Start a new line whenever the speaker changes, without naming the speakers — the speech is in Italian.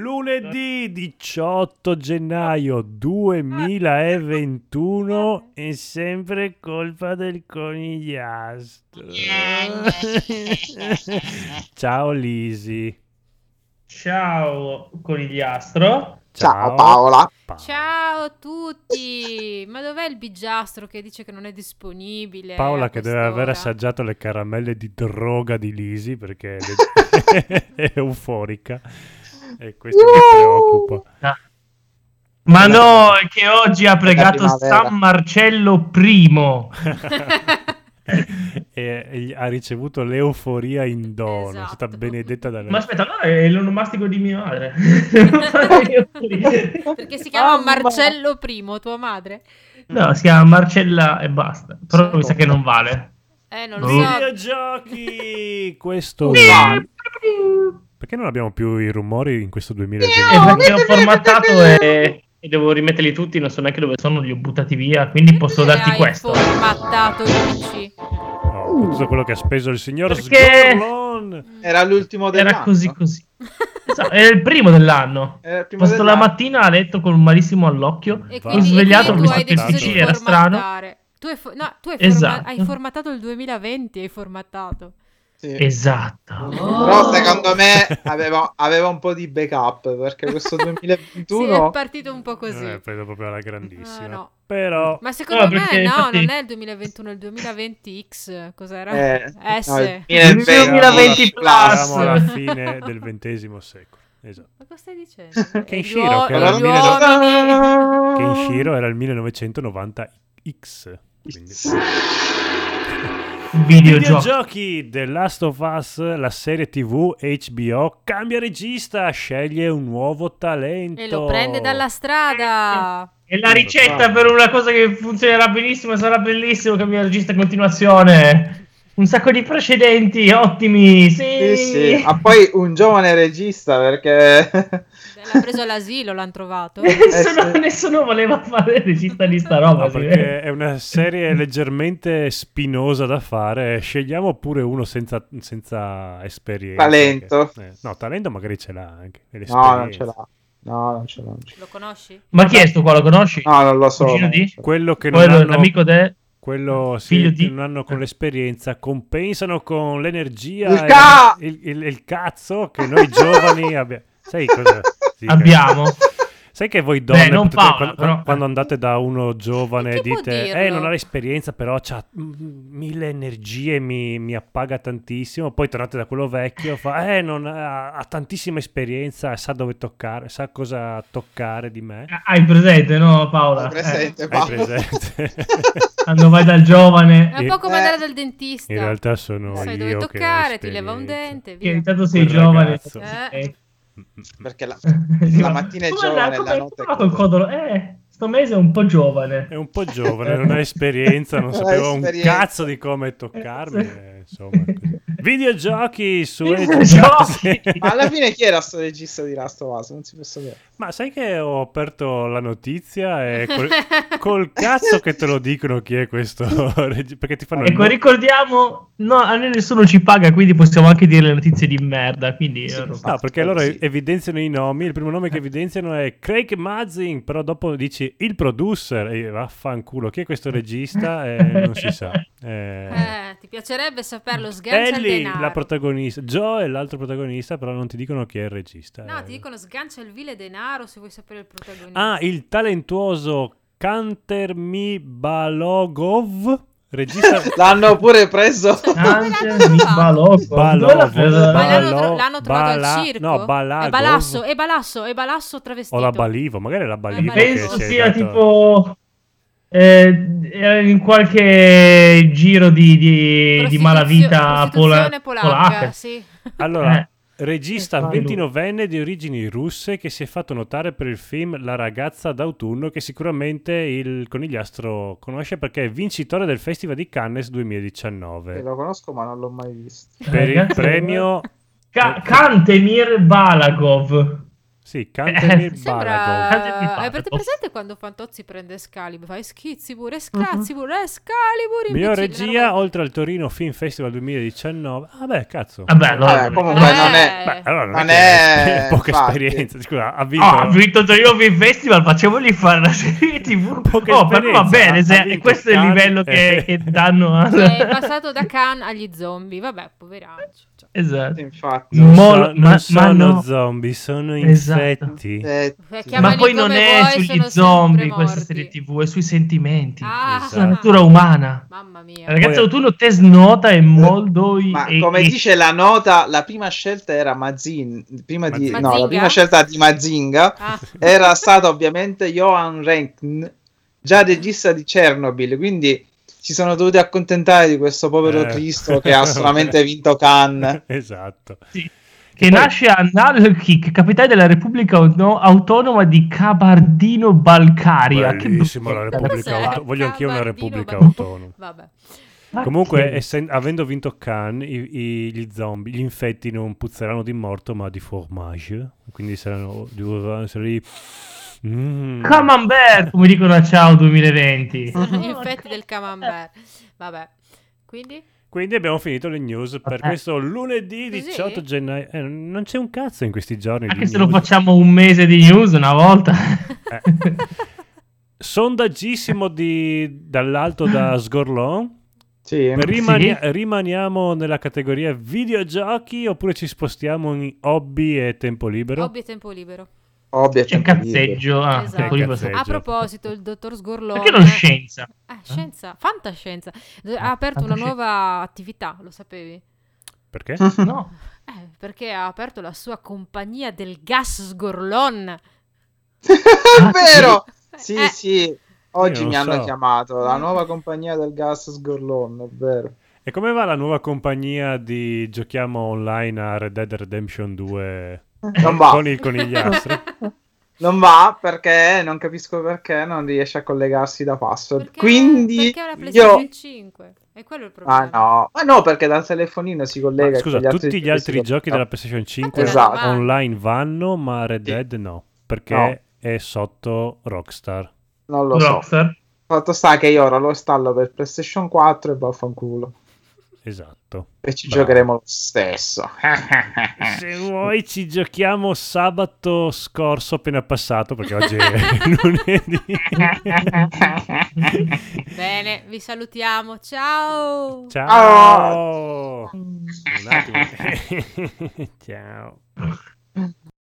Lunedì 18 gennaio 2021 è sempre colpa del conigliastro. Ciao Lisi.
Ciao conigliastro.
Ciao, Paola.
Paola.
Ciao a tutti! Ma dov'è il bigiastro che dice che non è disponibile?
Paola
a
che deve aver
eh, quest'ora?
assaggiato le caramelle di droga di Lisi perché le- è euforica e questo mi
Wow.
preoccupa.
Ma no, è che oggi ha pregato
primavera.
San Marcello I.
e, e gli- ha ricevuto l'euforia in dono, è stata
Esatto.
benedetta dalle
Ma aspetta, allora è l'onomastico di mia madre.
Perché si chiama
Mamma.
Marcello I, tua madre?
no, si chiama Marcella e basta. Però
Sì.
mi sa che non vale.
Eh,
Oh.
non lo so.
Videogiochi! Questo Perché non abbiamo più i rumori in questo
Eh,
2020?
perché ho formattato e, e devo rimetterli tutti, non so neanche dove sono, li ho buttati via, quindi posso darti
Hai
questo.
formattato il PC.
No, con Oh, tutto quello che ha speso il signor
Perché-
Sgorlon.
Era l'ultimo dell'anno.
Era così così. Esatto, Era il primo dell'anno.
Era il primo
Ho stato la
dell'anno.
mattina a letto con un malissimo all'occhio.
E
Va.
quindi,
Mi svegliato,
e
ho
quindi tu hai
visto che
deciso
il
di
PC era strano.
formattare. Tu, hai, fo- no, tu hai,
Esatto.
forma- hai formattato il 2020, hai formattato.
Sì.
Esatto.
Però secondo me aveva, aveva un po' di backup perché questo
Sì,
2021
è partito un po' così.
Eh, È preso proprio alla grandissima.
Eh, no.
Però
Ma secondo
No, perché
me no,
infatti-
non è il 2021, è il 2020X. Cos'era?
Eh,
S.
no, il
Il 2020
plus.
plus.
siamo alla fine del ventesimo secolo. Esatto.
Ma cosa stai dicendo?
Che
Gli
Shiro,
uo-
che era
gli
il 1900.
uomini-
Che in Shiro era il 1990X. Quindi.
Videogioco.
Videogiochi The Last of Us, la serie TV HBO cambia regista, sceglie un nuovo talento.
E lo prende dalla strada.
E la ricetta per una cosa che funzionerà benissimo e sarà bellissimo cambiare regista in continuazione. Un sacco di precedenti ottimi. Sì,
Sì, sì. Ah, Ma poi un giovane regista perché
L'ha preso all'asilo, l'hanno trovato.
Nessuno,
eh, sì.
nessuno voleva fare il regista di sta roba.
No,
sì.
perché è una serie leggermente spinosa da fare. Scegliamo pure uno senza, senza esperienza.
Talento.
che- eh, no, talento magari ce l'ha anche. e
no, non ce
l'esperienza.
l'ha. No, non ce l'ha. non ce
Lo conosci?
Ma chi è sto qua? Lo conosci?
l'ha. No, non lo so.
Cugino
non
di?
ce l'ha.
Quello che non
Quello è
hanno,
l'amico del...
quello, sì,
figlio
che
di- Eh.
non hanno con l'esperienza compensano con l'energia
Il
e-
ca-
il, il- il cazzo che noi giovani abbiamo. Sai cosa? sì,
Abbiamo.
Sai che voi donne
Beh, non
potete-
Paola,
quando,
però. eh.
quando andate da uno giovane e
Perché può
dite
dirlo?
eh non ha esperienza però ha mille energie mi, mi appaga tantissimo poi tornate da quello vecchio fa eh non ha, ha tantissima esperienza sa dove toccare sa cosa toccare di me
Ah, Hai presente, no Paola?
Hai presente,
Eh,
Paola?
hai presente
Quando vai dal giovane
È un po' come
Eh,
andare dal dentista.
in realtà sono
Non sai
io
dove
che ho
toccare, ti leva un
esperienza.
dente,
che
via.
eh, intanto sei
Quel
giovane.
ragazzo.
Eh.
Mm, Perché la,
Sì,
la
ma-
mattina è
come
giovane,
andrà-
la
come
notte
andrà col codolo? Eh, sto mese è un po' giovane.
è un po' giovane non ha esperienza non
Non ha
sapeva un
esperienza.
cazzo di come toccarmi
Sì.
eh, insomma così. videogiochi su
Videogiochi!
Ma alla fine chi era sto regista di Last of Us? Non si può sapere.
Ma sai che ho aperto la notizia e col, col cazzo che te lo dicono chi è questo reg- perché ti fanno il
Ecco,
no-
ricordiamo, no, a noi nessuno ci paga, quindi possiamo anche dire le notizie di merda. Quindi,
Sì,
eh,
esatto.
non-
No, perché
Sì.
loro evidenziano i nomi. Il primo nome che evidenziano è Craig Mazin, però dopo dici il producer e vaffanculo. Chi è questo regista? Eh, non si sa. Eh,
Eh, ti piacerebbe saperlo sgancia il
Ellie,
denaro.
la protagonista. Joe è l'altro protagonista, però non ti dicono chi è il regista.
No,
Eh,
ti dicono sgancia il vile denaro se vuoi sapere il protagonista.
Ah, il talentuoso Kantermi Balogov, regista...
L'hanno pure preso.
Ah. Anche mi balocco.
Balocco.
Dove l'ha presa?
Ma l'hanno,
Balò-
tro- l'hanno trovato
Bala-
al circo?
no, Balago.
È Balasso, è Balasso, è Balasso travestito.
o la Balivo, magari è la Balivo. che
Penso
si è
sia
dato-
tipo... eh, era in qualche giro di, di, di
Prostituzio-
malavita pola-
prostituzione polacca,
polacca.
sì.
Allora,
Eh.
regista
Vai lui.
29enne di origini russe che si è fatto notare per il film La ragazza d'autunno che sicuramente il conigliastro conosce perché è vincitore del Festival di Cannes
Eh,
2019
Lo conosco, ma non l'ho mai
Eh,
visto.
per il
Ragazzi,
premio
Ka- Kantemir Balagov.
Sì, cantami
Eh,
il
Sembra... Eh,
balago.
Cantami il balago.
Avete presente quando Fantozzi prende Excalibur? Fa Escizibur, Escazibur, eh, Excalibur.
Miglior
imbecille,
regia
no?
oltre al Torino Film Festival 2019. Vabbè, cazzo.
Vabbè, Ah, allora,
Vabbè, comunque non è...
Beh, allora non,
Non
è, che-
è-
poca
infatti.
esperienza. Scusa, ha vinto.
Ah, ha vinto Torino Film Festival, facciamoli fare la serie TV.
Poca
Oh, però
esperienza,
va
ha
bene, se
vinto
questo è il
Cannes,
livello che,
eh.
che danno al...
Cioè, è passato da Khan agli zombie. Vabbè, poveraccio. Cioè,
Esatto.
Infatti.
non,
Mo-
so-
ma-
non
ma
sono
no.
zombie, sono
Esatto.
infetti.
Eh,
eh,
sì.
chiamali
Ma poi non
come
è
vuoi,
sugli
sono sempre
zombie questa
morti.
serie TV, è sui sentimenti,
Ah,
Esatto.
sulla natura umana.
Mamma mia.
Ragazzi,
Poi-
l'autunno te snota e molto... i-
eh, Ma
e-
come
e-
dice la nota, la prima scelta era Mazin, prima di,
Mazinga?
no, la prima scelta di Mazinga
Ah,
era stata ovviamente Johan Renckn, già regista di Chernobyl, quindi ci sono dovuti accontentare di questo povero
Eh.
Cristo che ha solamente vinto Cannes.
esatto.
Sì. Che
Poi-
nasce a Nalkik, capitale della Repubblica Auto- Autonoma di Cabardino-Balcaria. Che
Bellissimo
brutta
la
questa
Repubblica
Cos'è?
Autonoma. Voglio anch'io una
Cavardino,
Repubblica
vabbè.
Autonoma.
vabbè.
Ma
Comunque,
che-
essen- avendo vinto Cannes, i- i- gli zombie, gli infetti non puzzeranno di morto, ma di formage. Quindi saranno, dovranno essere lì. Mm.
Camembert, come dicono a Ciao 2020.
Sono gli infetti del camembert. Vabbè. Quindi?
Quindi abbiamo finito le news per
Eh.
questo lunedì
Così?
18 gennaio. Eh, non c'è un cazzo in questi giorni.
Anche
di
se lo
news.
facciamo un mese di news una volta.
Eh. Sondaggissimo di- dall'alto da Sgorlon.
Sì,
Rimani- Rimaniamo nella categoria videogiochi oppure ci spostiamo in hobby e tempo libero?
Hobby e tempo libero.
ovvio,
C'è
tempo libero.
cazzeggio. Ah,
Esatto.
quello lì
Cazzeggio.
basta.
A proposito, il dottor Sgorlone...
Perché non scienza?
Eh, scienza, fantascienza. Do- Ha
Ah,
aperto una
fantascienza.
nuova attività, lo sapevi?
Perché?
Mm.
No.
Eh, perché ha aperto la sua compagnia del gas Sgorlon.
È vero! Oh, Sì,
Eh,
sì. Oggi
Ah, Io
mi
non
hanno
so.
chiamato la nuova compagnia del gas Sgorlone, è vero.
E come va la nuova compagnia di giochiamo online a Red Dead Redemption 2
Eh.
Non va.
con il conigliastro?
Non va perché non capisco perché non riesce a collegarsi da password.
Perché-
Quindi
perché è una
io
PlayStation 5. E quello è il problema.
Ah no, ah no, perché dal telefonino si
Ma
collega.
scusa,
con
tutti gli altri
si-
giochi
no.
della PlayStation 5
Esatto.
online vanno, ma Red
Sì.
Dead no, perché
No.
è sotto Rockstar.
Non lo so.
Rockstar.
Fatto sta che io ora lo installo per PlayStation 4 e vaffanculo.
Esatto.
E ci
Bravo.
giocheremo lo stesso.
Se vuoi ci giochiamo sabato scorso appena passato, perché oggi è lunedì.
Bene, vi salutiamo. Ciao.
Ciao! Un attimo. Ciao.